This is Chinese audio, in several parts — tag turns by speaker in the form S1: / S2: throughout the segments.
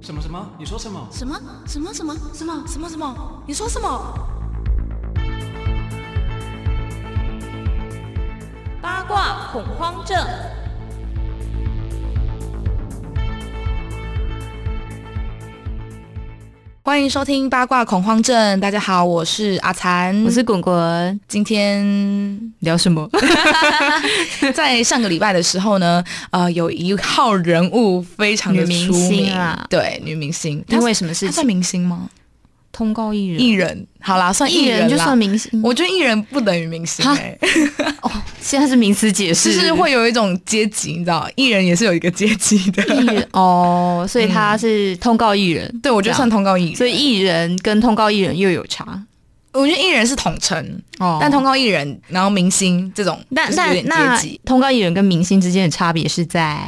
S1: 什么什么？你说什么？
S2: 什么什么什么什么什么什么？你说什么？
S3: 八卦恐慌症。
S2: 欢迎收听八卦恐慌症。大家好，我是阿残，
S4: 我是滚滚，
S2: 今 天
S4: 聊什么？
S2: 在上个礼拜的时候呢，呃，有一号人物非常的
S4: 女明
S2: 出名
S4: 星啊
S2: 对，女明星，她
S4: 因为什么事
S2: 她算
S4: 情？
S2: 明星吗？
S4: 通告艺人，
S2: 艺人，好啦，算艺
S4: 艺
S2: 啦
S4: 就算。明星，
S2: 我觉得艺人不等于明星、
S4: 哈
S2: 欸，
S4: 现在是名词解
S2: 就
S4: 释，
S2: 是会有一种阶级，你知道，艺人也是有一个阶级的。
S4: 艺人哦，所以他是通告艺人，
S2: 对，我觉得算通告艺人，
S4: 所以艺人跟通告艺人又有差
S2: 我觉得艺人是统称，
S4: 哦
S2: 但通告艺人，然后明星这种，
S4: 但
S2: 就是有
S4: 但
S2: 点
S4: 那
S2: 阶级
S4: 通告艺人跟明星之间的差别是在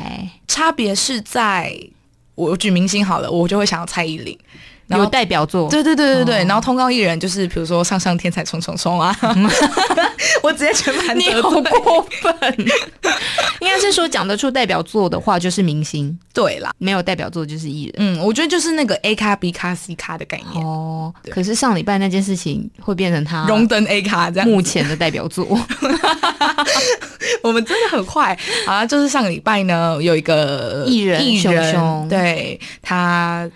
S2: 差别是在，我举明星好了，我就会想要蔡依林，然
S4: 有
S2: 后
S4: 代表作，
S2: 对对对对对，
S4: 哦
S2: 然后通告艺人就是比如说上上天才冲冲 冲啊，我直接全盘
S4: 你
S2: 得
S4: 好
S2: 罪。
S4: 过分， 应该是说讲得出代表作的话就是明星，
S2: 对啦，
S4: 没有代表作就是艺人。
S2: 嗯，我觉得就是那个 A 咖 B 咖 C 咖的概念，
S4: 哦，可是上礼拜那件事情会变成他
S2: 荣登 A 咖这样。
S4: 目前的代表作，
S2: 我们真的很快啊！就是上个礼拜呢，有一个
S4: 艺人
S2: 艺
S4: 熊
S2: 人
S4: 熊
S2: 对他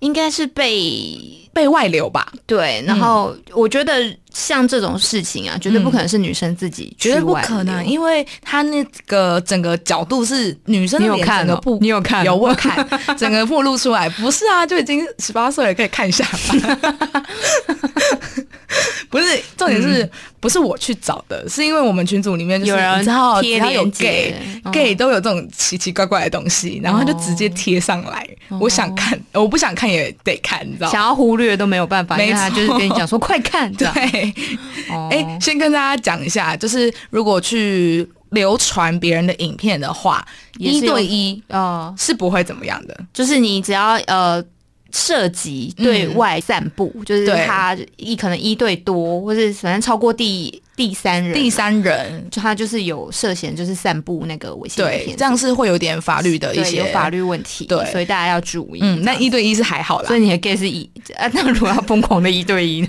S4: 应该是被
S2: 被外流吧，
S4: 对，然后我觉得像这种事情啊，绝对不可能是女生自己去
S2: 绝对不
S4: 挽留
S2: 可能，因为他那个整个角度是女生
S4: 你
S2: 的
S4: 有
S2: 脸整
S4: 看
S2: 个
S4: 哦
S2: 不，
S4: 你有看
S2: 有我有看， 整个暴露出来，不是啊，就已经十八岁了，可以看一下吧。 不是，重点是、不是我去找的？是因为我们群组里面就是
S4: 嗯有人
S2: 你知道，只
S4: 贴
S2: 要有
S4: 链
S2: gay
S4: 接、嗯哦
S2: gay 都有这种奇奇怪怪的东西，然后他就直接贴上来。我想看，我不想看也得看，你知道
S4: 想
S2: 吗？
S4: 要忽略都没有办法，因为他
S2: 没
S4: 就
S2: 错
S4: 是跟你讲说快看，这 样，
S2: 对，
S4: 哦
S2: 哎、先跟大家讲一下，就是如果去流传别人的影片的话，
S4: 也
S2: 一
S4: 是有
S2: 对一
S4: 哦，
S2: 是不会怎么样的。
S4: 就是你只要呃。涉及对外散布，就是
S2: 对
S4: 他一可能一对多，或是反正超过第第三人，
S2: 第三人
S4: 就他就是有涉嫌就是散布那个猥亵影
S2: 对
S4: 片，
S2: 这样是会有点法律的一
S4: 对
S2: 些
S4: 有法。律问题，
S2: 对
S4: 所以大家要注意。
S2: 嗯，
S4: 这
S2: 那
S4: 样
S2: 一对一是还好啦
S4: 所。以你的 gay 是一啊？那如果要疯狂的一对一 呢？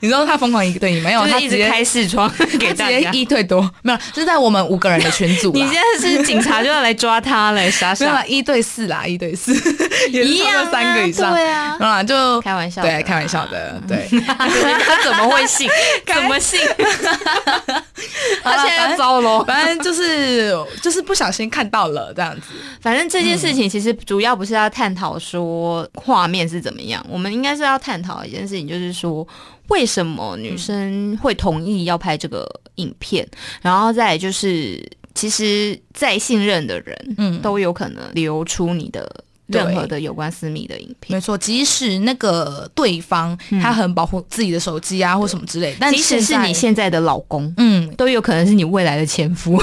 S2: 你知道他疯狂一对一没有？
S4: 就是
S2: 他
S4: 一
S2: 直
S4: 直
S2: 接
S4: 开视 窗
S2: 他
S4: 给大
S2: 直接
S4: 家。
S2: 一对多，没有，就是在我们五个人的群组啦。
S4: 你现在是警察就要来抓他 了，傻
S2: 没有
S4: 傻
S2: 啦，一对四啦，一对四 也是
S4: 一
S2: 超
S4: 样
S2: 过
S4: 啊
S2: 三个以上。
S4: 对啊，
S2: 然后就
S4: 开 玩笑的啦
S2: 对，开玩笑的，对。
S4: 他怎么会信？怎么 信？他现在要糟 了。
S2: 反正就是就是不小心看到了这样子，
S4: 反正这件事
S2: 嗯
S4: 情其实主要不是要探讨说画面是怎么样，我们应该是要探讨一件事情，就是说为什么女生会同意要拍这个影片，然后再来就是，其实再信任的人，
S2: 嗯
S4: 都有可能流出你的
S2: 对
S4: 任何的有关私密的影片。
S2: 没错，即使那个对方、他很保护自己的手机啊，或什么之类，但
S4: 即使是
S2: 在
S4: 你现在的老公，
S2: 嗯，
S4: 都有可能是你未来的前夫。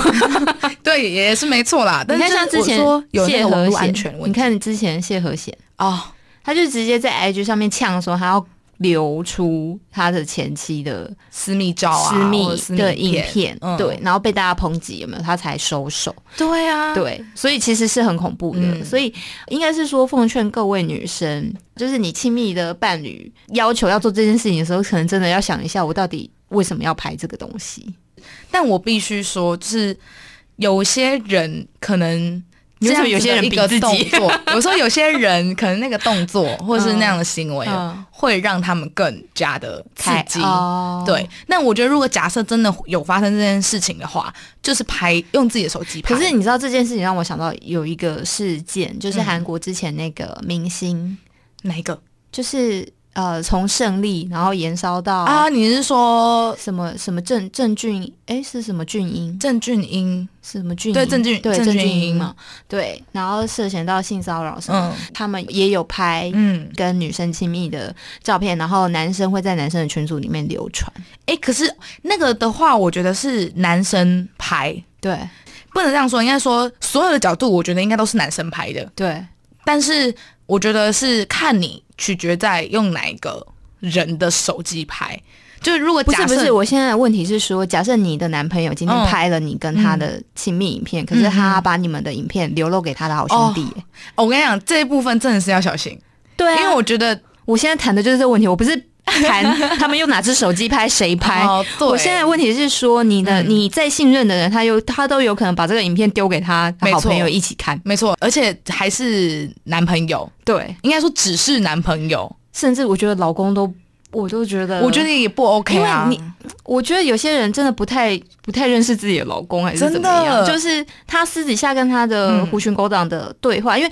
S2: 对，也是没错啦。但
S4: 你
S2: 是
S4: 看像
S2: 就是
S4: 之前
S2: 我说有那
S4: 谢
S2: 个
S4: 和
S2: 网络
S4: 弦
S2: 安全，问
S4: 你
S2: 题
S4: 看之前谢和弦，
S2: 哦，
S4: 他就直接在 IG 上面呛说他要流出他的前妻的
S2: 私密照啊，
S4: 私
S2: 或
S4: 密
S2: 者私密
S4: 的影片，
S2: 嗯
S4: 对，然后被大家抨击，有没有？他才收手，
S2: 对啊，
S4: 对，所以其实是很恐怖的。
S2: 嗯
S4: 所以应该是说，奉劝各位女生，就是你亲密的伴侣要求要做这件事情的时候，可能真的要想一下，我到底为什么要拍这个东西？
S2: 但我必须说，就是有些人可能。
S4: 你为什么
S2: 这样子的
S4: 有些人
S2: 一
S4: 比
S2: 个
S4: 自己
S2: 动作， 有时候有些人可能那个动作或是那样的行为，
S4: 嗯
S2: 会让他们更加的刺
S4: 开
S2: 激。
S4: 哦
S2: 对，那我觉得如果假设真的有发生这件事情的话，就是拍用自己的手机拍。嗯
S4: 可是你知道这件事情让我想到有一个事件，就是韩国之前那个明星，
S2: 哪一个
S4: 就是呃从胜利然后延烧到
S2: 啊？你是说
S4: 什么什么郑郑俊哎是什么俊英
S2: 郑俊英？
S4: 是什么俊英
S2: 对郑俊
S4: 对
S2: 郑
S4: 郑
S2: 俊
S4: 俊
S2: 英
S4: 英嘛对，然后涉嫌到性骚扰什么，
S2: 嗯
S4: 他们也有拍。
S2: 嗯，
S4: 跟女生亲密的照片，然后男生会在男生的群组里面流传。
S2: 哎、可是那个的话，我觉得是男生拍，
S4: 对
S2: 不能这样说，应该说所有的角度，我觉得应该都是男生拍的。
S4: 对，
S2: 但是我觉得是看你取决在用哪一个人的手机拍。就是如果
S4: 不是
S2: 假
S4: 不
S2: 设
S4: 是，我现在的问题是说，假设你的男朋友今天
S2: 嗯
S4: 拍了你跟他的亲密影片，可是他把你们的影片流露给他的好兄弟耶、
S2: 哦我啊跟你讲这一部分真的是要小心，
S4: 对啊哦
S2: 因为我觉得
S4: 我现在谈的就是这个问题，我不是 谈他们用哪只手机拍谁拍。
S2: 哦，对嗯
S4: 我现在的问题是说，你的、你再信任的人，他有他都有可能把这个影片丢给他
S2: 没
S4: 好
S2: 错
S4: 朋友一起看，
S2: 没错，而且还是男朋友，
S4: 对，
S2: 应该说只是男朋友，
S4: 甚至我觉得老公都，我都觉得，
S2: 我觉得也不 OK
S4: 呃因为
S2: 啊。
S4: 你，我觉得有些人真的不太不太认识自己的老公，还是
S2: 真的
S4: 怎么样？就是他私底下跟他的
S2: 嗯
S4: 狐群狗党的对话，因为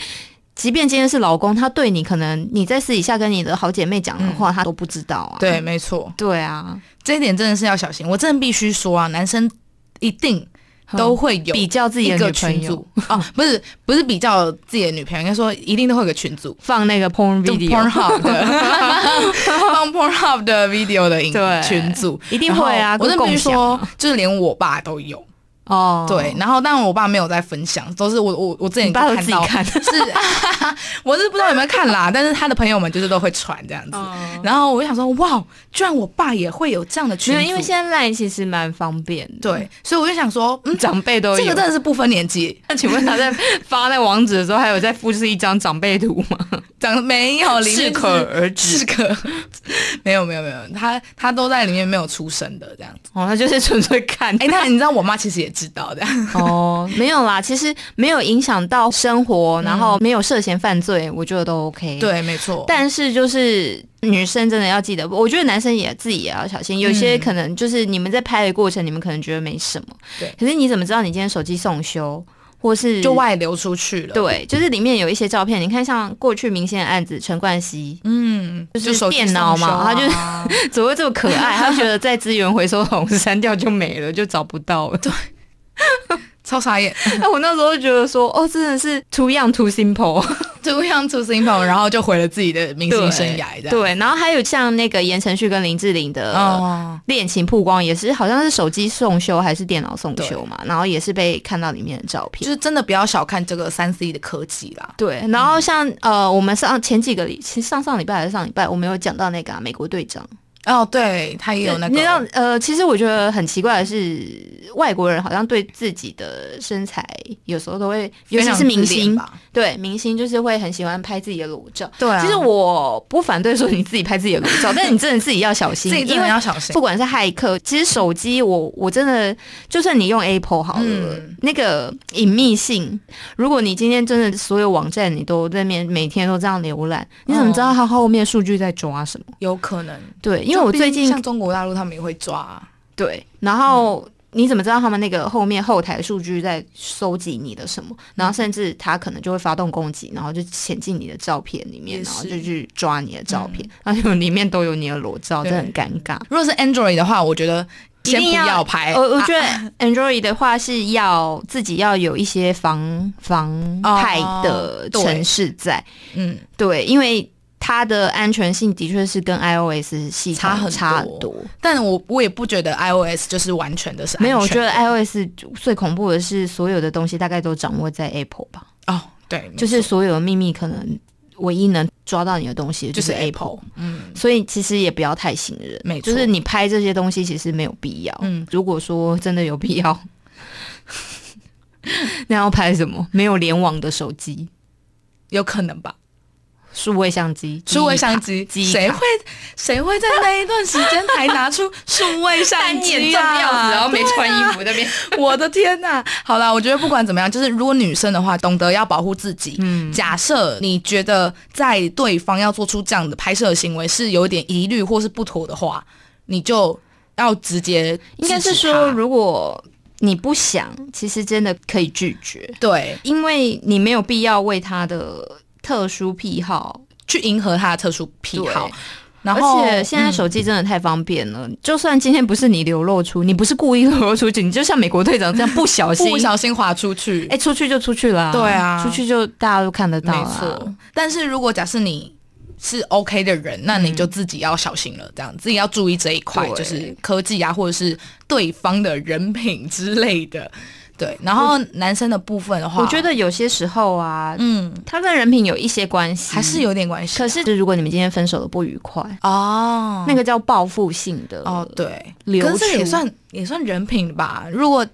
S4: 即便今天是老公，他对你可能你在私底下跟你的好姐妹讲的话，他都不知道啊。
S2: 嗯对，没错，
S4: 对啊，
S2: 这一点真的是要小心。我真的必须说啊，男生一定都会有
S4: 比较自己
S2: 一
S4: 的
S2: 个
S4: 女朋
S2: 群
S4: 友
S2: 组，啊，不是不是比较自己的女朋友，应该说一定都会有个群组。
S4: 放那个 porn
S2: 就
S4: video，
S2: Pornhub 的，放 Pornhub 的 video 的影
S4: 对
S2: 群组，
S4: 一定会啊
S2: 然后我
S4: 跟
S2: 真的必须
S4: 共享
S2: 说，就是连我爸都有。
S4: 哦，
S2: 对，，然后但我爸没有在分享，都是我我我之前
S4: 你爸都自
S2: 看
S4: 己
S2: 到
S4: 看，
S2: 是， 我是不知道有没有看啦，但是他的朋友们就是都会传这样
S4: 哦
S2: 子。
S4: 嗯
S2: 然后我就想说，哇，居然我爸也会有这样的群
S4: 没
S2: 组，
S4: 有，因为现在赖其实蛮方便的，
S2: 对，所以我就想说，嗯，
S4: 长辈都有。
S2: 这个真的是不分年纪，
S4: 那请问他在发那网址的时候，还有在复制一张长辈图吗？
S2: 长得没有里面
S4: 适可而止
S2: 是可没有没有没有，他他都在里面没有出声的这样子。
S4: 哦，那就是纯粹看。
S2: 哎，那你知道我妈其实也知道的，
S4: 哦，没有啦，其实没有影响到生活，然后没有涉嫌犯罪，我觉得都 OK。。
S2: 对，没错，
S4: 但是就是女生真的要记得，我觉得男生也自己也要小心。有些
S2: 嗯
S4: 可能就是你们在拍的过程，你们可能觉得没什么，
S2: 对
S4: 可是你怎么知道你今天手机送修，或 是
S2: 就外流出去了。，
S4: 对，就是里面有一些照片，你看像过去明显的案子陈冠希，
S2: 嗯，
S4: 就是
S2: 手机
S4: 电脑
S2: 送
S4: 嘛
S2: 修啊
S4: 他就 怎么会这么可爱？他觉得在资源回收桶删掉就没了，就找不到了。
S2: 超傻眼，
S4: 那我那时候就觉得说，哦，真的是 too young too simple。
S2: 就像出新朋友，然后就毁了自己的明星生涯这样。
S4: 对，然后还有像那个言承旭跟林志玲的
S2: 哦，
S4: 恋情曝光，也是好像是手机送修还是电脑送修嘛，然后也是被看到里面的照
S2: 就
S4: 片。
S2: 是真的不要小看这个三 C 的科技啦。
S4: 对，然后像、呃，我们上前几个礼，其实上上礼拜还是上礼拜，我们有讲到那个、啊、美国队长，
S2: 哦，对，他也有那个，
S4: 你知道呃，其实我觉得很奇怪的是，外国人好像对自己的身材有时候都会，尤
S2: 非
S4: 其
S2: 常
S4: 是明
S2: 自恋
S4: 星，
S2: 吧？
S4: 对明星就是会很喜欢拍自己的裸照。
S2: 对啊，
S4: 其实我不反对说你自己拍自己的裸照，但你真的自己要小心，
S2: 自己真
S4: 因
S2: 的
S4: 为
S2: 要小心
S4: 不。管是骇客，其实手机我我真的，就算你用 Apple 好了，
S2: 嗯
S4: 那个隐秘性，如果你今天真的所有网站你都在面每天都这样浏览，你怎么知道它后面数据在抓什么？
S2: 有可能，
S4: 对，因为我
S2: 就毕
S4: 最
S2: 竟
S4: 近
S2: 像中国大陆他们也会抓啊、
S4: 对，然后。你怎么知道他们那个后面后台数据在收集你的什么？然后甚至他可能就会发动攻击，然后就潜进你的照片里面，
S2: 也
S4: 然后
S2: 是
S4: 就去抓你的照片，然后里面都有你的裸照，
S2: 对
S4: 这很尴尬。
S2: 如果是 Android 的话，我觉得
S4: 一
S2: 先
S4: 定
S2: 不
S4: 要呃
S2: 要拍。
S4: 我我
S2: 啊
S4: 觉得 Android 的话是要自己要有一些防防
S2: 哦
S4: 派的
S2: 对
S4: 城市在，
S2: 嗯，
S4: 对，因为它的安全性的确是跟 iOS 系统
S2: 差很
S4: 差
S2: 多
S4: 多。
S2: 但我我也不觉得 iOS 就是完全的是安全
S4: 没有，我觉得 iOS 最恐怖的是所有的东西大概都掌握在 Apple 吧，
S2: 哦，对，
S4: 就是所有的秘密可能唯一能抓到你的东西的
S2: 就是是
S4: Apple。
S2: Apple，嗯，
S4: 所以其实也不要太信任，
S2: 没错
S4: 就是你拍这些东西其实没有必要。
S2: 嗯
S4: 如果说真的有必要， 那要拍什么？没有联网的手机、
S2: 有可能吧。
S4: 数位相机、
S2: 数位相机，
S4: 记忆卡
S2: 谁会谁会在那一段时间还拿出数位相机啊？
S4: 穿衣服那边。
S2: 我的天呐、好啦，我觉得不管怎么样，就是如果女生的话，懂得要保护自己。
S4: 嗯
S2: 假设你觉得在对方要做出这样的拍摄行为是有点疑虑或是不妥的话，你就要直接
S4: 应该是
S2: 制止他
S4: 说，如果你不想，其实真的可以拒绝，
S2: 对
S4: 因为你没有必要为他的特殊癖好
S2: 去迎合他的特殊癖好
S4: 对。
S2: 然
S4: 而
S2: 后
S4: 且现在手机真的太方便了，就算今天不是你流露出，你不是故意流露出去，你就像美国队长这样不小心，
S2: 不小心滑出去，
S4: 哎、出去就出去啦，
S2: 对啊
S4: 出去就大家都看得到啊
S2: 没
S4: 啦
S2: 错。但是如果假设你是 OK 的人，那你就自己要小心了，这样自己要注意这一块，
S4: 嗯对
S2: 就是科技啊，或者是对方的人品之类的。 对，然后男生的部分的话，
S4: 我觉得有些时候啊，
S2: 嗯，
S4: 它跟人品有一些关系，
S2: 还是有点关系啊
S4: 可是，啊嗯如果你们今天分手的不愉快，
S2: 哦
S4: 那个叫报复性的
S2: 哦，对，
S4: 呃流
S2: 可是这个也
S4: 出
S2: 算也算人品吧。如果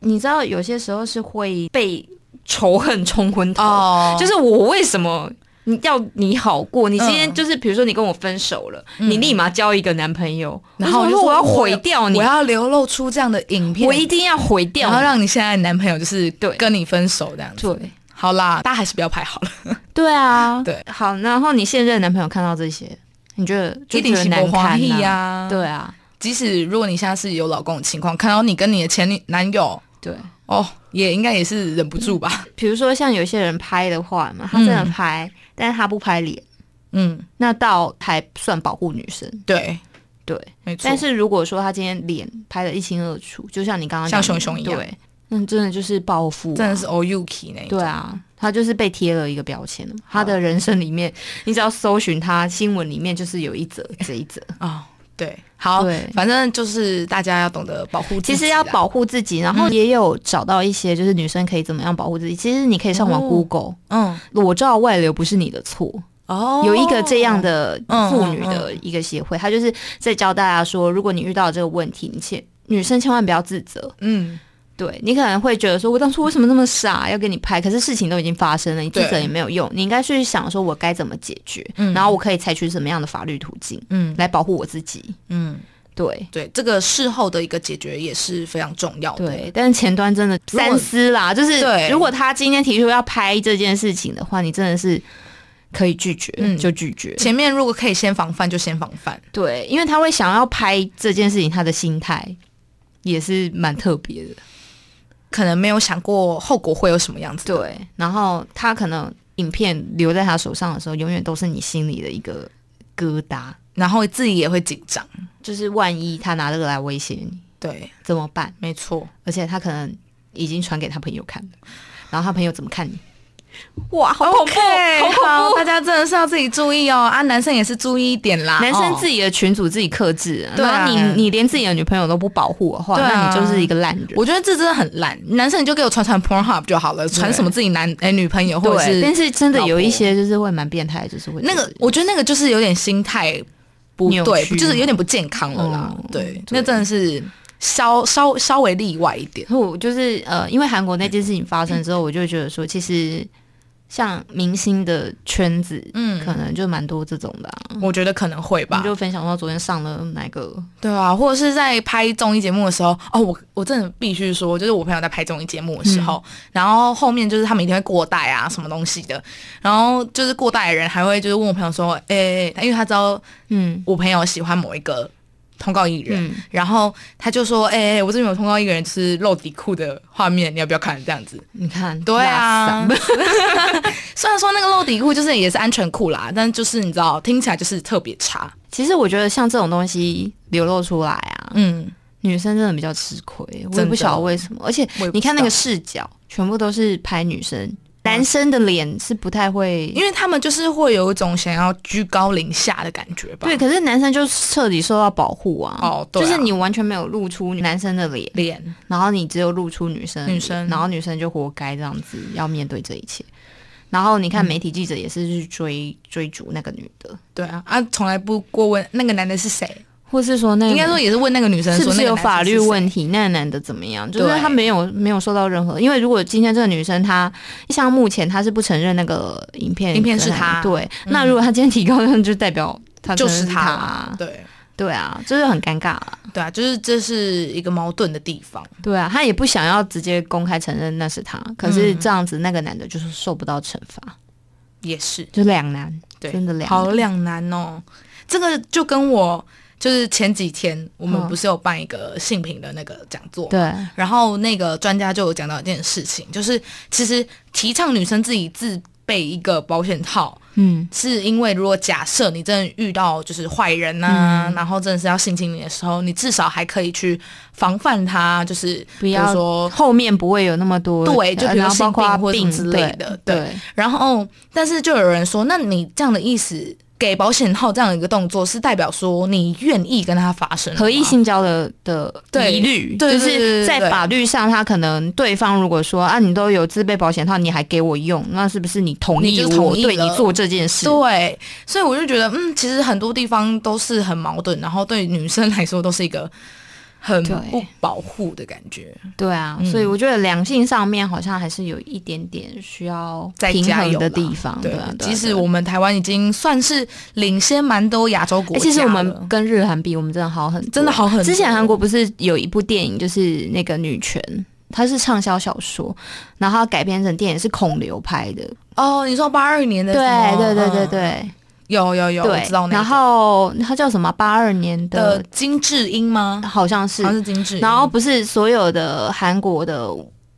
S4: 你知道有些时候是会被仇恨冲昏头，
S2: 哦，
S4: 就是我为什么？你要你好过，你今天
S2: 嗯
S4: 就是比如说你跟我分手了，
S2: 嗯
S4: 你立马交一个男朋友，
S2: 然后
S4: 我
S2: 我
S4: 就
S2: 就
S4: 说
S2: 说
S4: 我要
S2: 我
S4: 毁掉你，
S2: 我
S4: 我
S2: 要流露出这样的影片，
S4: 一定要毁掉
S2: 然后
S4: 你，
S2: 让你现在的男朋友就是
S4: 对
S2: 跟你分手这样子。
S4: 对
S2: 好啦，大家还是不要拍好了，
S4: 对啊，
S2: 对
S4: 好，然后你现任男朋友看到这些，你觉得就
S2: 一定
S4: 觉得
S2: 是
S4: 难
S2: 不
S4: 看
S2: 欢喜
S4: 啊
S2: 呀。，
S4: 对啊，
S2: 即使如果你现在是有老公的情况，看到你跟你的前女男友
S4: 对。
S2: 哦，也应该也是忍不住吧。
S4: 比如说像有些人拍的话嘛，他真的
S2: 嗯
S4: 拍，但是他不拍脸，
S2: 嗯，
S4: 那倒还算保护女生。
S2: 对，
S4: 对，
S2: 没错。
S4: 但是如果说他今天脸拍的一清二楚，就像你刚刚
S2: 像
S4: 讲的
S2: 熊熊一样
S4: 对，那真的就是报复、啊
S2: 真的是。OUK 那一种
S4: 对啊，他就是被贴了一个标签了嘛他的人生里面，你只要搜寻他新闻里面，就是有一则这一则。
S2: 哦，对，好
S4: 对，
S2: 反正就是大家要懂得保护自己啊嗯
S4: 其
S2: 啦，
S4: 实要保护自己，然后也有找到一些就是女生可以怎么样保护自己。其实你可以上网
S2: 哦
S4: Google，、
S2: 嗯
S4: 裸照外流不是你的错，
S2: 哦
S4: 嗯有一个这样的妇女
S2: 嗯嗯
S4: 的一个协会，她就是在教大家说，如果你遇到这个问题，你千女生千万不要自责。
S2: 嗯
S4: 对你可能会觉得说，我当初为什么那么傻要给你拍？可是事情都已经发生了，你自责
S2: 对
S4: 也没有用，你应该去想说我该怎么解决，
S2: 嗯
S4: 然后我可以采取什么样的法律途径
S2: 嗯
S4: 来保护我自己。
S2: 嗯，
S4: 对
S2: 对，这个事后的一个解决也是非常重要的。
S4: 对，但是前端真的
S2: 如果
S4: 三思啦，就是
S2: 对
S4: 如果他今天提出要拍这件事情的话，你真的是可以拒绝、
S2: 嗯
S4: 就拒绝。
S2: 前面如果可以先防范就先防范，
S4: 对，因为他会想要拍这件事情，他的心态也是蛮特别的。
S2: 可能没有想过后果会有什么样子。，
S4: 对，然后他可能影片留在他手上的时候，永远都是你心里的一个疙瘩，
S2: 然后自己也会紧张。
S4: 就是万一他拿这个来威胁你
S2: 对，
S4: 怎么办？
S2: 没错，
S4: 而且他可能已经传给他朋友看了，然后他朋友怎么看你？哇，好恐怖
S2: OK，
S4: 好恐
S2: 好，
S4: 怖！
S2: 大家真的是要自己注意哦啊，男生也是注意一点啦，
S4: 男生
S2: 哦
S4: 自己的群主自己克制，
S2: 对
S4: 然
S2: 啊
S4: 后你你连自己的女朋友都不保护的话，
S2: 对
S4: 那
S2: 啊
S4: 你就是一个烂人。
S2: 我觉得这真的很烂，男生你就给我传传 Pornhub 就好了，传什么自己男哎、女朋友或者
S4: 对，但
S2: 是
S4: 是真的
S2: 老
S4: 有一
S2: 婆
S4: 些就是会蛮变态，就是会
S2: 那
S4: 做
S2: 个
S4: 这，
S2: 我觉得那个就是有点心态不
S4: 扭
S2: 对，
S4: 曲
S2: 就是有点不健康了啦。
S4: 嗯
S2: 对，
S4: 对
S2: 那真的是稍稍稍微例外一点。
S4: 可我就是呃，因为韩国那件事情发生之后，我就觉得说，其实像明星的圈子，
S2: 嗯，
S4: 可能就蛮多这种的、啊。
S2: 我觉得可能会
S4: 我
S2: 吧
S4: 们。就分享到昨天上了哪个？
S2: 对啊，或者是在拍综艺节目的时候，哦，我我真的必须说，就是我朋友在拍综艺节目的时候，然后后面就是他们一定会过带啊，什么东西的，然后就是过带的人还会就是问我朋友说，诶、因为他知道
S4: 嗯
S2: 我朋友喜欢某一个通告艺人，
S4: 嗯，
S2: 然后他就说：“哎、欸，我这边有通告一个人就是露底裤的画面，你要不要看？”这样子。
S4: 你看，
S2: 对啊
S4: 拉萨，
S2: 虽然说那个露底裤就是也是安全裤啦，但就是你知道，听起来就是特别差。
S4: 其实我觉得像这种东西流露出来啊，
S2: 嗯，
S4: 女生真的比较吃亏，我也
S2: 真
S4: 不
S2: 的
S4: 晓得为什么。而且
S2: 我也不
S4: 你看那
S2: 知道，嗯
S4: 个视角，全部都是拍女生，男生的脸是不太会，
S2: 因为他们就是会有一种想要居高临下的感觉吧。
S4: 对，，可是男生就彻底受到保护啊。
S2: 哦对啊
S4: 就是你完全没有露出男生的脸，
S2: 脸
S4: 然后你只有露出女生的脸，
S2: 女生
S4: 然后女生就活该这样子要面对这一切。然后你
S2: 嗯
S4: 看媒体记者也是去追、追逐那个女的，
S2: 对啊啊，从来不过问那个男的是谁，
S4: 或是说那个
S2: 应该说也是问那个女生
S4: 是
S2: 说
S4: 不是有
S2: 那个男的
S4: 法律
S2: 谁
S4: 问题？那个男的怎么样？就是
S2: 对
S4: 他没有没有受到任何，因为如果今天这个女生她像目前她是不承认那个影片
S2: 影片是
S4: 可能
S2: 她嗯
S4: 对，那如果她今天提高，那就代表她
S2: 就
S4: 承认
S2: 是
S4: 是她
S2: 他
S4: 啊，，
S2: 对
S4: 对啊，就是很尴尬啊，
S2: 对啊，就是这是一个矛盾的地方。
S4: 对啊，她也不想要直接公开承认那是她，可
S2: 嗯
S4: 是这样子那个男的就是受不到惩罚，
S2: 也是，
S4: 就两难，
S2: 对
S4: 真的两
S2: 好
S4: 难。
S2: 两难哦。这个就跟我就是前几天我们
S4: 嗯
S2: 不是有办一个性平的那个讲座，
S4: 对，
S2: 然后那个专家就有讲到一件事情，就是其实提倡女生自己自备一个保险套，
S4: 嗯，
S2: 是因为如果假设你真的遇到就是坏人呐、啊，
S4: 嗯
S2: 然后真的是要性侵你的时候，你至少还可以去防范他，就是
S4: 不要
S2: 比如说。
S4: 后面不会有那么多
S2: 对就比如
S4: 然后包
S2: 性病
S4: 括
S2: 或什么
S4: 病
S2: 之类的
S4: 对
S2: 对然后，但是就有人说，那你这样的意思，给保险套这样一个动作，是代表说你愿意跟他发生了吗
S4: 合意。性交的的
S2: 对
S4: 疑虑，
S2: 对对
S4: 就
S2: 对对
S4: 是
S2: 对
S4: 在
S2: 对
S4: 法律上，他可能对方如果说啊，你都有自备保险套，你还给我用，那是不是你同
S2: 你
S4: 意
S2: 就
S4: 我
S2: 是同意
S4: 对你
S2: 了
S4: 做这件事？
S2: 对，所以我就觉得，嗯，其实很多地方都是很矛盾，然后对女生来说都是一个很
S4: 对
S2: 不保护的感觉。
S4: 对啊，
S2: 嗯
S4: 所以我觉得良性上面好像还是有一点点需要
S2: 再
S4: 平
S2: 加
S4: 衡
S2: 油
S4: 的
S2: 啦
S4: 地方。啊，对啊
S2: 即使
S4: 对啊
S2: 我们台湾已经算是领先蛮多亚洲国
S4: 哎、
S2: 家了、
S4: 其实我们跟日韩比，我们真的好很多，
S2: 真的好很多
S4: 之前韩国不是有一部电影，就是那个女权，它是畅销小说，然后它改编成电影是孔刘拍的。
S2: 哦，你说八二年的
S4: 对
S2: 什么，
S4: 对对对
S2: 嗯
S4: 对、
S2: 有有有，我
S4: 对
S2: 知道。那个。
S4: 然后它叫什么？八二年
S2: 的
S4: 的，
S2: 金智英吗？
S4: 好像是
S2: 呃好。像是金智英，
S4: 然后不是所有的韩国的。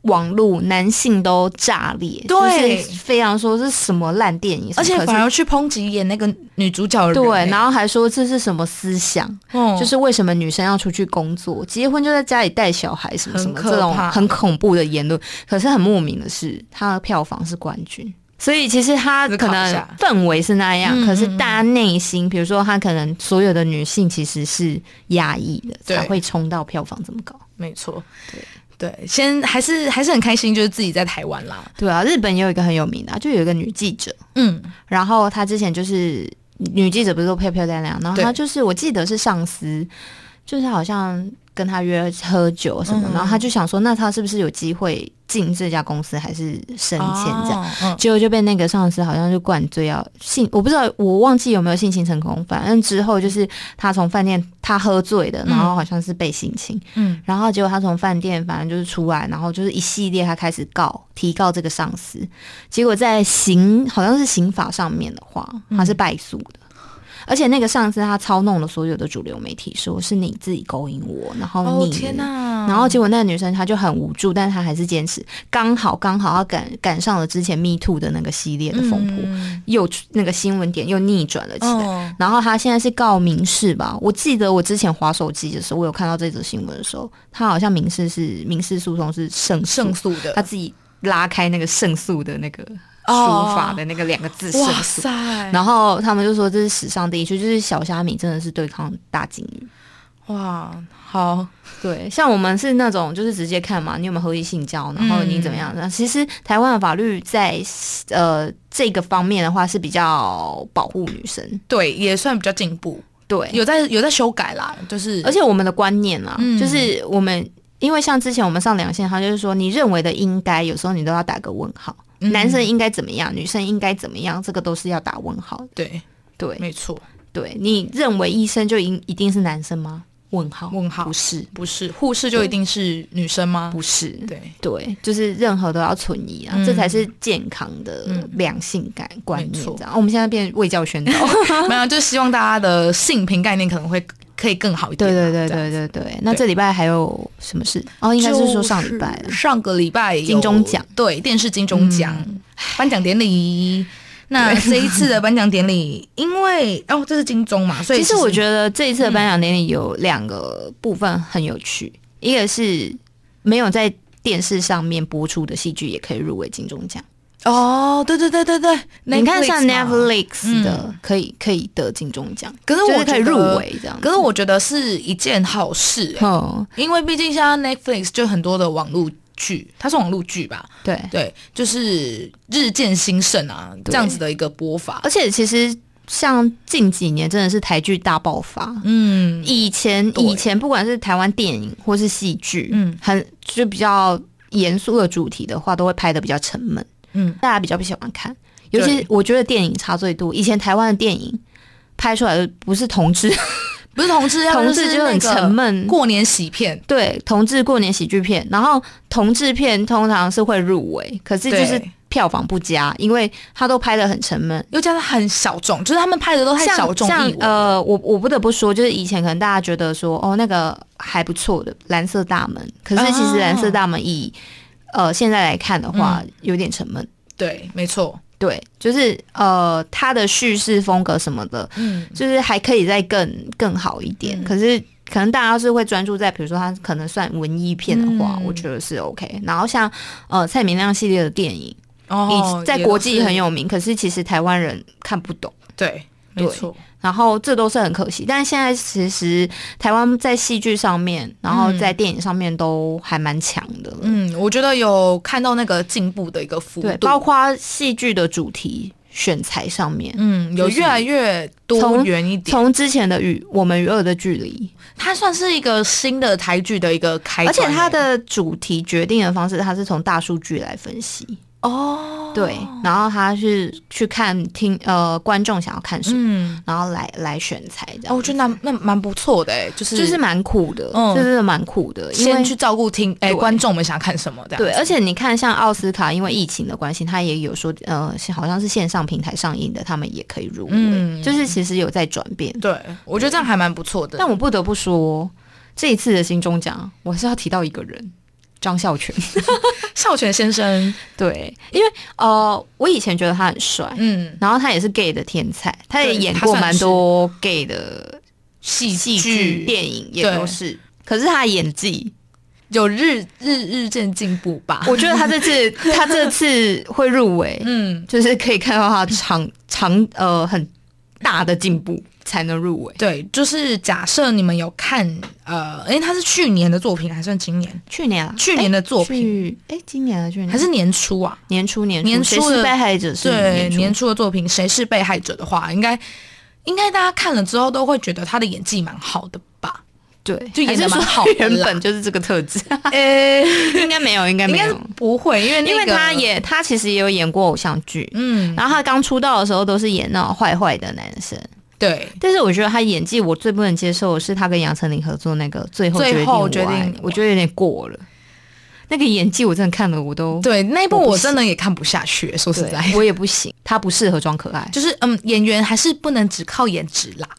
S4: 网络男性都炸裂，
S2: 对
S4: 就是非常说是什么烂电影，
S2: 而且
S4: 可是
S2: 反而去抨击演那个女主角的人、欸
S4: 对，
S2: 后、
S4: 然后还说这是什么思想，
S2: 嗯
S4: 就是为什么女生要出去工作，结婚就在家里带小孩，什么什
S2: 很
S4: 么
S2: 可
S4: 这种
S2: 怕
S4: 很恐怖的言论。可是很莫名的是，它的票房是冠军。所以其实它
S2: 思
S4: 可
S2: 考一
S4: 能
S2: 下
S4: 氛围是那样，
S2: 嗯
S4: 可是
S2: 嗯嗯
S4: 大家内心，比如说她可能所有的女性其实是压抑的，
S2: 对
S4: 才会冲到票房这么高。
S2: 没错，对对，先还是还是很开心，就是自己在台湾啦，
S4: 对啊，日本也有一个很有名的啊、就有一个女记者，
S2: 嗯，
S4: 然后她之前就是女记者，不是都漂漂亮亮，然后
S2: 对
S4: 她就是我记得是上司，就是好像跟她约喝酒什么，
S2: 嗯
S4: 然后她就想说，那她是不是有机会进这家公司，还是升迁这样？
S2: 哦，嗯，
S4: 结果就被那个上司好像就灌醉要性，我不知道我忘记有没有性侵成功，反正之后就是她从饭店她喝醉的，
S2: 嗯
S4: 然后好像是被性侵，
S2: 嗯
S4: 然后结果他从饭店反正就是出来，然后就是一系列他开始告提告这个上司，结果在刑好像是刑法上面的话，
S2: 嗯
S4: 他是败诉的。而且那个上司他操弄了所有的主流媒体，说是你自己勾引我，然后
S2: 哦
S4: 你，
S2: 天哪，
S4: 然后结果那个女生她就很无助，但她还是坚持。刚好刚好她赶赶上了之前 Me Too 的那个系列的风波，
S2: 嗯
S4: 又那个新闻点又逆转了起来。
S2: 哦
S4: 然后他现在是告民事吧？我记得我之前划手机的时候，我有看到这则新闻的时候，他好像民事是民事诉讼是胜诉
S2: 胜诉的
S4: 他，自己拉开那个胜诉的那个书法的那个两个字胜
S2: 哇
S4: 诉。
S2: 塞，
S4: 然后他们就说这是史上第一句，就是小虾米真的是对抗大金鱼。
S2: 哇，好，
S4: 对，像我们是那种就是直接看嘛，你有没有合意性交，然后你怎么样？那、其实台湾的法律在呃这个方面的话是比较保护女生，
S2: 对，也算比较进步，
S4: 对，
S2: 有在有在修改啦，就是
S4: 而且我们的观念啊，
S2: 嗯
S4: 就是我们因为像之前我们上两线，他就是说你认为的应该，有时候你都要打个问号。
S2: 嗯
S4: 男生应该怎么样，女生应该怎么样，这个都是要打问号的。
S2: 对，
S4: 对
S2: 没错，
S4: 对，你认为医生就一一定是男生吗？问号
S2: 问号
S4: 不是
S2: 不是护士就一定是女生吗？
S4: 不是
S2: 对，
S4: 对，就是任何都要存疑啊，
S2: 嗯
S4: 这才是健康的
S2: 嗯
S4: 两性感观念。
S2: 没错
S4: 这样，哦我们现在变卫 教宣导。
S2: 没有，就希望大家的性平概念可能会可以更好一点
S4: 对
S2: 啊。
S4: 对对
S2: 这样
S4: 对对对。那这礼拜还有什么事？哦，应该是说上礼拜了
S2: 就。是上个礼拜有
S4: 金钟奖，嗯
S2: 对，电视金钟奖、颁奖典礼。那这一次的颁奖典礼，因为哦，这是金钟嘛，所以
S4: 其实我觉得这一次的
S2: 嗯
S4: 颁奖典礼有两个部分很有趣，一个是没有在电视上面播出的戏剧也可以入围金钟奖。
S2: 得哦，对对对对对，
S4: 你看像
S2: Netflix 嘛
S4: Netflix
S2: 嗯
S4: 的可以可以得金钟奖，
S2: 可是
S4: 就
S2: 我
S4: 是可以
S2: 觉得
S4: 入，围这样。
S2: 可是我觉得是一件好事、欸
S4: 哦，
S2: 因为毕竟现在 Netflix 就很多的网络剧，它是网络剧吧，
S4: 对，
S2: 对，就是日渐兴盛啊，这
S4: 对
S2: 样子的一个播法，
S4: 而且其实像近几年真的是台剧大爆发，
S2: 嗯，
S4: 以前
S2: 对
S4: 以前不管是台湾电影或是戏剧，
S2: 嗯
S4: 很就比较严肃的主题的话，都会拍的比较沉闷，
S2: 嗯，
S4: 大家比较不喜欢看。尤其
S2: 对
S4: 我觉得电影差最多，以前台湾的电影拍出来的不是同志，
S2: 不是同志，要不
S4: 同志
S2: 啊是
S4: 就很
S2: 那个
S4: 沉闷。
S2: 过年喜片，
S4: 对，同志过年喜剧片，然后同志片通常是会入围，可是就是
S2: 对
S4: 票房不佳，因为他都拍的很沉闷。
S2: 又加上很小众，就是他们拍的都太
S4: 像
S2: 小众
S4: 像
S2: 意味。
S4: 呃，我我不得不说，就是以前可能大家觉得说，哦，那个还不错的《蓝色大门》，可是其实《蓝
S2: 啊
S4: 色大门以》呃现在来看的话，
S2: 嗯
S4: 有点沉闷。
S2: 对，没错，
S4: 对，就是呃，它的叙事风格什么的，
S2: 嗯，
S4: 就是还可以再更更好一点。
S2: 嗯
S4: 可是可能大家是会专注在，比如说它可能算文艺片的话，
S2: 嗯
S4: 我觉得是 OK。然后像呃蔡明亮系列的电影，
S2: 哦
S4: 以，在
S2: 也
S4: 国
S2: 都
S4: 际
S2: 是
S4: 很有名，可是其实台湾人看不懂。
S2: 对，没
S4: 对
S2: 错，
S4: 然后这都是很可惜，但现在其实台湾在戏剧上面，然后在电影上面都还蛮强的了。
S2: 嗯，我觉得有看到那个进步的一个幅
S4: 对，
S2: 度，
S4: 包括戏剧的主题选材上面，
S2: 嗯，有
S4: 就是
S2: 越来越多
S4: 从
S2: 元一点，
S4: 从之前的与我们与恶的距离，
S2: 它算是一个新的台剧的一个开端
S4: 而
S2: 欸，
S4: 且它的主题决定的方式，它是从大数据来分析。
S2: 哦，
S4: 对，然后他是去看听呃观众想要看什么，
S2: 嗯，
S4: 然后来来选材这样子。
S2: 哦，我觉得那那蛮不错的、欸，就是
S4: 就是蛮酷的，
S2: 嗯
S4: 就是蛮酷的，因为
S2: 先去照顾听哎、
S4: 对
S2: 观众们想看什么这样子，
S4: 对，而且你看，像奥斯卡，因为疫情的关系，他也有说，呃，是好像是线上平台上映的，他们也可以入围，
S2: 嗯
S4: 就是其实有在转变。
S2: 对，我觉得这样还蛮不错的。
S4: 但我不得不说，这一次的金钟奖，我还是要提到一个人，张孝全。
S2: 孝全先生，
S4: 对，因为呃，我以前觉得他很帅，
S2: 嗯，
S4: 然后他也是 gay 的天才，他也
S2: 对
S4: 演
S2: 他
S4: 过
S2: 算
S4: 蛮
S2: 是
S4: 多 gay 的
S2: 戏
S4: 戏剧、电影，也
S2: 对
S4: 都是。可是他的演技，啊
S2: 有日日日渐进步吧。
S4: 我觉得他这 次他这次会入围，
S2: 嗯，
S4: 就是可以看到他长长呃很大的进步才能入围。
S2: 对，就是假设你们有看呃，因为它是去年的作品还算今年？
S4: 去年啊，
S2: 去年的作品、
S4: 去哎、今年啊，去年
S2: 还是年初啊？
S4: 年初年
S2: 年
S4: 谁
S2: 初
S4: 是
S2: 的
S4: 被害者是
S2: 对，年
S4: 年初
S2: 初的作品《谁是被害者》的话，应该应该大家看了之后都会觉得他的演技蛮好的吧？
S4: 对，
S2: 就演
S4: 还
S2: 得
S4: 是说
S2: 蛮好的啦
S4: 原本就是这个特 质，
S2: 呃、
S4: 应该没有，应该
S2: 应
S4: 哎没
S2: 该是
S4: 有，
S2: 不会，因为、那
S4: 因
S2: 个、
S4: 为他也他其实也有演过偶像剧。
S2: 嗯，
S4: 然后他刚出道的时候都是演那种坏坏的男生，
S2: 对，
S4: 但是我觉得他演技我最不能接受的是他跟杨丞琳合作那个最后
S2: 最
S4: 决定
S2: 后
S4: 我
S2: 决
S4: 爱
S2: 定
S4: 你
S2: 我
S4: 我觉得有点过了，那个演技我真的看了我都
S2: 对那一部
S4: 我不
S2: 我
S4: 喜
S2: 真的也看不下去，说实
S4: 对，
S2: 在，
S4: 我也不行，他不适合装可爱。
S2: 就是嗯，演员还是不能只靠颜值啦。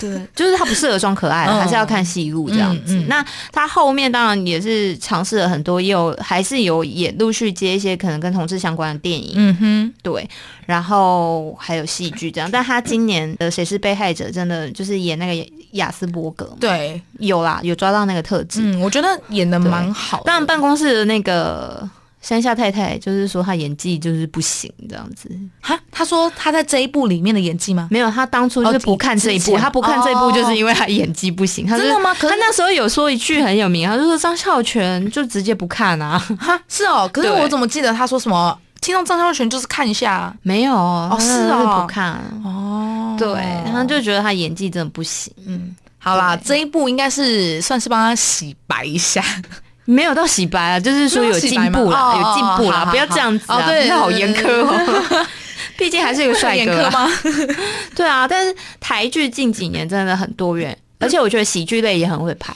S4: 对，就是他不适合装可爱，
S2: 嗯
S4: 还是要看戏路这样子。
S2: 嗯嗯
S4: 那他后面当然也是尝试了很多，也有还是有也陆续接一些可能跟同志相关的电影，
S2: 嗯哼，
S4: 对，然后还有戏剧这样。但他今年的《谁是被害者》真的就是演那个雅斯伯格，，
S2: 对，
S4: 有啦，有抓到那个特质。
S2: 嗯，我觉得演的蛮好的。
S4: 当然，办公室的那个山下太太就是说他演技就是不行这样子，
S2: 哈，他说他在这一部里面的演技吗？
S4: 没有，他当初就是不看这一
S2: 哦之
S4: 部，
S2: 前
S4: 他不看这一部
S2: 哦
S4: 就是因为他演技不行。他是
S2: 真的吗可
S4: 他
S2: 是
S4: 那时候有说一句很有名，啊他就说张孝全就直接不看啊，
S2: 哈，是哦，可是
S4: 对
S2: 我怎么记得他说什么？听到张孝全就是看一下啊
S4: 没有哦
S2: 是
S4: 他
S2: 哦
S4: 就不看。
S2: 哦
S4: 对，然后就觉得他演技真的不行，
S2: 好啦，
S4: 对
S2: 这一部应该是算是帮他洗白一 下，
S4: 没有到洗白啊，就是说
S2: 没有
S4: 有
S2: 洗
S4: 进
S2: 白吗
S4: 步啦，
S2: 哦哦
S4: 有进
S2: 好好
S4: 步啦，
S2: 好
S4: 不要这样子
S2: 哦
S4: 啊，
S2: 对
S4: 你好
S2: 对
S4: 严
S2: 对
S4: 苛哦。 毕竟还是一个帅
S2: 演
S4: 哥
S2: 科
S4: 啊，
S2: 吗？
S4: 对啊，但是台剧近几年真的很多元，而且我觉得喜剧类也很会拍，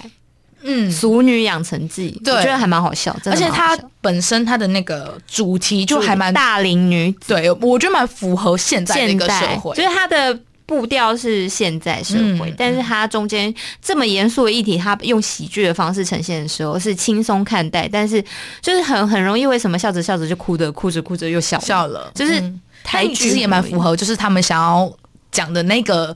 S2: 嗯
S4: 《俗女养成记》
S2: 对
S4: 我觉得还蛮好笑，真
S2: 而
S4: 的
S2: 且
S4: 蛮好
S2: 他
S4: 笑
S2: 本身他的那个主题就还蛮
S4: 大龄女
S2: 对，我觉得蛮符合现在的一
S4: 现
S2: 个社
S4: 代，
S2: 会
S4: 就。是它的步调是现在社会，
S2: 嗯
S4: 但是它中间这么严肃的议题，它用喜剧的方式呈现的时候是轻松看待，但是就是很很容易为什么笑着笑着就哭着，哭着哭着又笑了
S2: 笑了，
S4: 就是
S2: 嗯
S4: 台
S2: 但
S4: 剧
S2: 其实也蛮符合，就是他们想要讲的那个，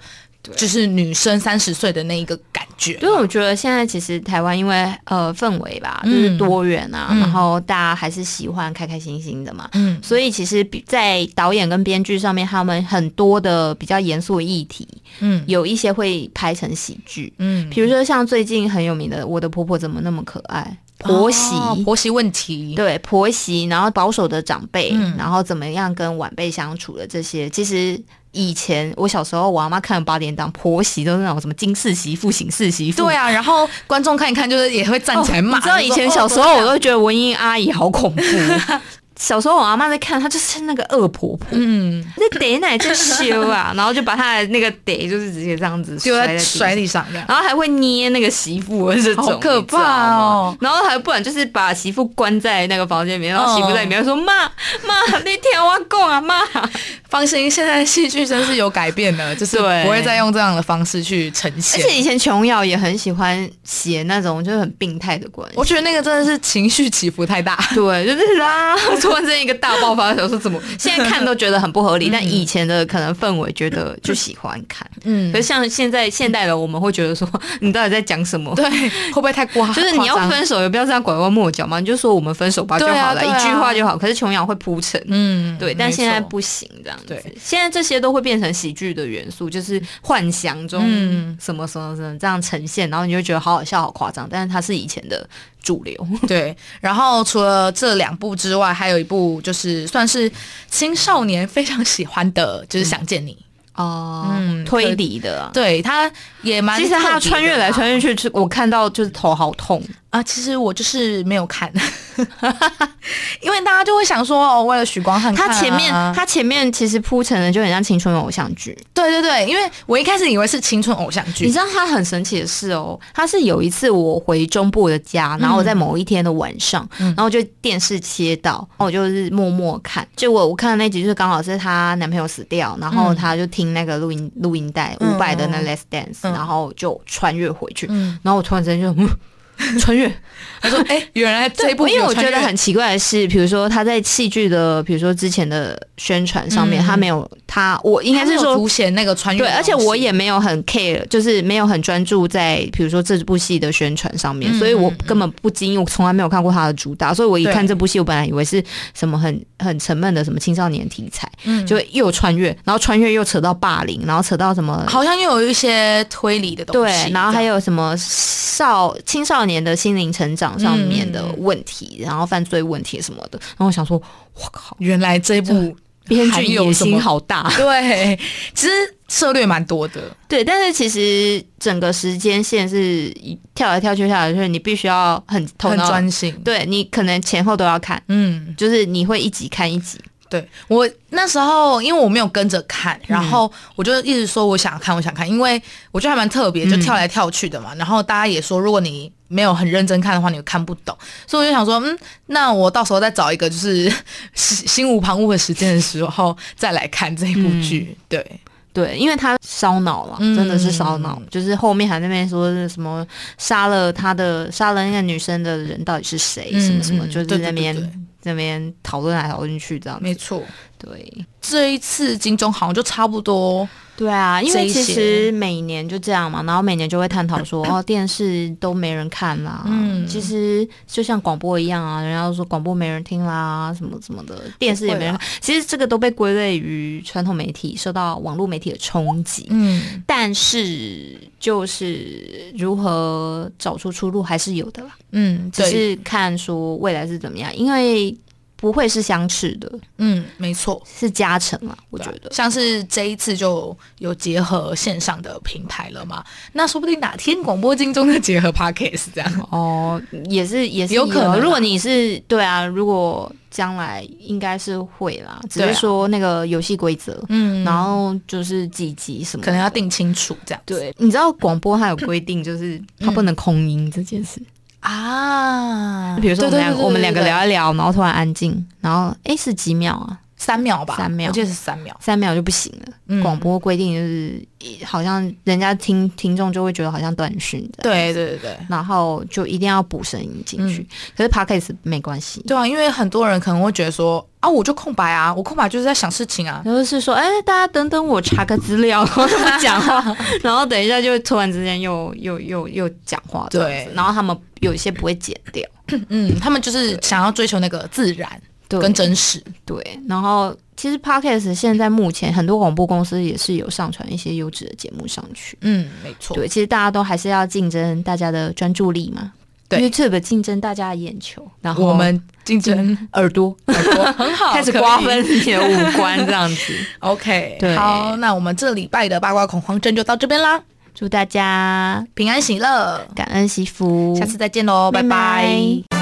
S2: 就是女生三十岁的那一个感觉。
S4: 因为我觉得现在其实台湾因为呃氛围吧，就
S2: 嗯
S4: 是多元啊，
S2: 嗯
S4: 然后大家还是喜欢开开心心的嘛，
S2: 嗯，
S4: 所以其实比在导演跟编剧上面，他们很多的比较严肃的议题，
S2: 嗯
S4: 有一些会拍成喜剧，
S2: 嗯，
S4: 比如说像最近很有名的《我的婆婆怎么那么可爱》，婆媳。
S2: 哦婆媳问题，
S4: 对婆媳，然后保守的长辈，
S2: 嗯
S4: 然后怎么样跟晚辈相处的这些，其实以前我小时候我阿妈看的八点档，婆媳都是那种什么金氏媳妇、邢氏媳妇，
S2: 对啊，然后观众看一看，就是也会站起来骂。
S4: 哦
S2: 哦
S4: 你知道以前小时候我都觉得文英阿姨好恐怖。小时候我阿妈在看，她就是那个恶婆婆，
S2: 嗯，
S4: 那得奶在修啊，然后就把她的那个得就是直接这样子
S2: 就
S4: 摔
S2: 在
S4: 在地
S2: 摔
S4: 上
S2: 地上这样。
S4: 然后还会捏那个媳妇这种，
S2: 好可怕哦
S4: 你知道吗！然后还不然就是把媳妇关在那个房间里面，然后
S2: 嗯
S4: 媳妇在里面说：“妈妈，你听我讲啊， 妈。
S2: 放心，现在戏剧真是有改变 了，就是
S4: 对
S2: 不会再用这样的方式去呈”
S4: 而
S2: 现。
S4: 且以前琼瑶也很喜欢写那种就是很病态的关系
S2: 我。觉得那个真的是情绪起伏太大。
S4: 对，就是啊， 突然间一个大爆发，想说 怎么现在看都觉得很不合理，但以前的可能氛围觉得就喜欢看，
S2: 嗯
S4: 可是，像现在现代的我们会觉得说， 你到底在讲什么？
S2: 对，会不会太过？
S4: 就是你要
S2: 夸张，
S4: 分手，也不要这样拐弯抹角嘛，你就说我们分手吧就
S2: 对啊
S4: 好了，
S2: 对啊
S4: 一句话就好。可是琼瑶会铺陈，
S2: 嗯
S4: 对，但现在
S2: 没错
S4: 不行这样子。子。
S2: 对
S4: 现在这些都会变成喜剧的元素，就是幻想中
S2: 嗯
S4: 什么什么什么这样呈现，然后你就觉得好好笑、好夸张，但是它是以前的主流。
S2: 对，然后除了这两部之外，还有一部就是算是青少年非常喜欢的，就是《想见你》。
S4: 哦，
S2: 嗯
S4: 推理的啊。
S2: 对，啊它也蛮
S4: 其实他
S2: 它
S4: 穿越来穿越去，是我看到就是头好痛。
S2: 啊，其实我就是没有看， 因为大家就会想说哦，为了许光汉看
S4: 他
S2: 啊、
S4: 前面他前面其实铺陈的就很像青春偶像剧。
S2: 对对对，因为我一开始以为是青春偶像
S4: 你
S2: 剧
S4: 知，道他很神奇的是哦，他是有一次我回中部的家，然后我在某一天的晚上，
S2: 嗯
S4: 然后就电视切到，然后我就是默默看，结果我看的那集就是刚好是她男朋友死掉，然后她就听那个录音录音带伍佰的那 Let's Dance，、
S2: 嗯
S4: 然后就穿越回去，
S2: 嗯
S4: 然后我突然之间就。 嗯穿越，
S2: 他说哎，原来这
S4: 对，
S2: 一部
S4: 因为
S2: 有
S4: 我
S2: 穿
S4: 觉得
S2: 越
S4: 很奇怪的是，比如说他在戏剧的，比如说之前的宣传上
S2: 嗯
S4: 面，他没有他，我应该
S2: 它没
S4: 是
S2: 有
S4: 说
S2: 凸显那个穿越的
S4: 对，
S2: 东
S4: 而
S2: 西，
S4: 且我也没有很 care，就是没有很专注在比如说这部戏的宣传上面，
S2: 嗯
S4: 所以我根本不经意，我从来没有看过它的主打，所以我一
S2: 对
S4: 看这部戏，我本来以为是什么很很沉闷的什么青少年题材，
S2: 嗯
S4: 就又穿越，然后穿越又扯到霸凌，然后扯到什么。
S2: 好像又有一些推理的东西，
S4: 对，然后还
S2: 有
S4: 有什么少青少年的心灵成长上面的
S2: 嗯嗯嗯
S4: 问题，然后犯罪问题什么的，然后我想说，我靠，
S2: 原来这一部
S4: 编
S2: 还
S4: 剧
S2: 有
S4: 野
S2: 什
S4: 心
S2: 么
S4: 好大，
S2: 对，其实策略蛮多的，
S4: 对，但是其实整个时间线是一跳来跳去，跳来跳去，你必须要很头
S2: 很
S4: 脑，
S2: 专心，
S4: 对你可能前后都要看，
S2: 嗯。
S4: 就是你会一集看一集。
S2: 对我那时候，因为我没有跟着看，然后我就一直说我想看，我想看，因为我觉得还蛮特
S4: 嗯
S2: 别，就跳来跳去的嘛。然后大家也说，如果你没有很认真看的话，你看不懂。所以我就想说，嗯，那我到时候再找一个就是心心无旁骛的时间的时候再来看这部
S4: 嗯
S2: 剧。对，
S4: 对，因为他烧脑了，
S2: 嗯
S4: 真的是烧脑。就是后面还在那边说是什么杀了他的杀了那个女生的人到底是谁，
S2: 嗯
S4: 哎什么什么，
S2: 嗯
S4: 就是
S2: 对
S4: 那
S2: 对对
S4: 边
S2: 对
S4: 那边讨论来讨论去这样
S2: 没
S4: 子。
S2: 错。
S4: 对，
S2: 这一次金钟好像就差不多，
S4: 对啊，因
S2: 这
S4: 为
S2: 一
S4: 其
S2: 些
S4: 实每年就这样嘛，然后每年就会探 讨说，哦，电视都没人看啦。
S2: 嗯
S4: 其实就像广播一样啊，人家都说广播没人听啦，什么什么的，电视也没人看。其实这个都被归类于传统媒体受到网络媒体的冲击，
S2: 嗯，
S4: 但是就是如何找出出路还是有的啦，
S2: 嗯，
S4: 只
S2: 对，
S4: 是看说未来是怎么样，因为不会是相斥的，
S2: 嗯，没错。
S4: 是加成啦，
S2: 我
S4: 我觉
S2: 觉
S4: 得
S2: 得。像是这一次就有结合线上的平台了嘛，那说不定哪天广播金钟的结合 podcast 这样。
S4: 哦，也是也是
S2: 有可能啊
S4: 如果你是对啊，如果将来应该是会啦，只
S2: 对
S4: 是
S2: 啊
S4: 说那个游戏规则，
S2: 嗯
S4: 然后就是几集什么，
S2: 可能要。定清楚这样子。
S4: 对，你知道广播它有规定，就是它不能空音这件事。
S2: 啊，
S4: 比如说我们
S2: 对
S4: 两
S2: 对对对
S4: 我们两个
S2: 对对对
S4: 聊一聊，然后突然安静，然后诶是几秒啊？
S2: 三秒吧，
S4: 三秒
S2: 我记得是三秒。
S4: 三秒就不行了。
S2: 嗯
S4: 广播规定就是一好像人家听听众就会觉得好像短讯这样，
S2: 对对对对。
S4: 然后就一定要补声音进去。可是 podcast 没关系，
S2: 对啊，因为很多人可能会觉得说啊，我就空白啊，我空白就是在想事情啊。
S4: 然后是说，哎，大家等等我查个资料，然 后就不讲话， 然后等一下就突然之间又又又又讲话，
S2: 对
S4: 这样子然后他们有一些不会剪掉，
S2: 嗯，他们就是想要追求那个自然
S4: 对
S2: 跟真实。
S4: 对，然后其实 podcast 现在目前很多广播公司也是有上传一些优质的节目上去，
S2: 嗯，没错。
S4: 对，其实大家都还是要竞争大家的专注力嘛，
S2: 对
S4: ，YouTube 竞争大家的眼球，然后
S2: 我们竞争
S4: 耳朵
S2: 耳朵 很好，
S4: 开始
S2: 可以
S4: 瓜分你的五官这样 子，
S2: OK，
S4: 对
S2: 好，那我们这礼拜的八卦恐慌症就到这边啦，
S4: 祝大家
S2: 平安喜乐，
S4: 感恩惜福，
S2: 下次再见喽，
S4: 拜
S2: 拜
S4: 拜
S2: 拜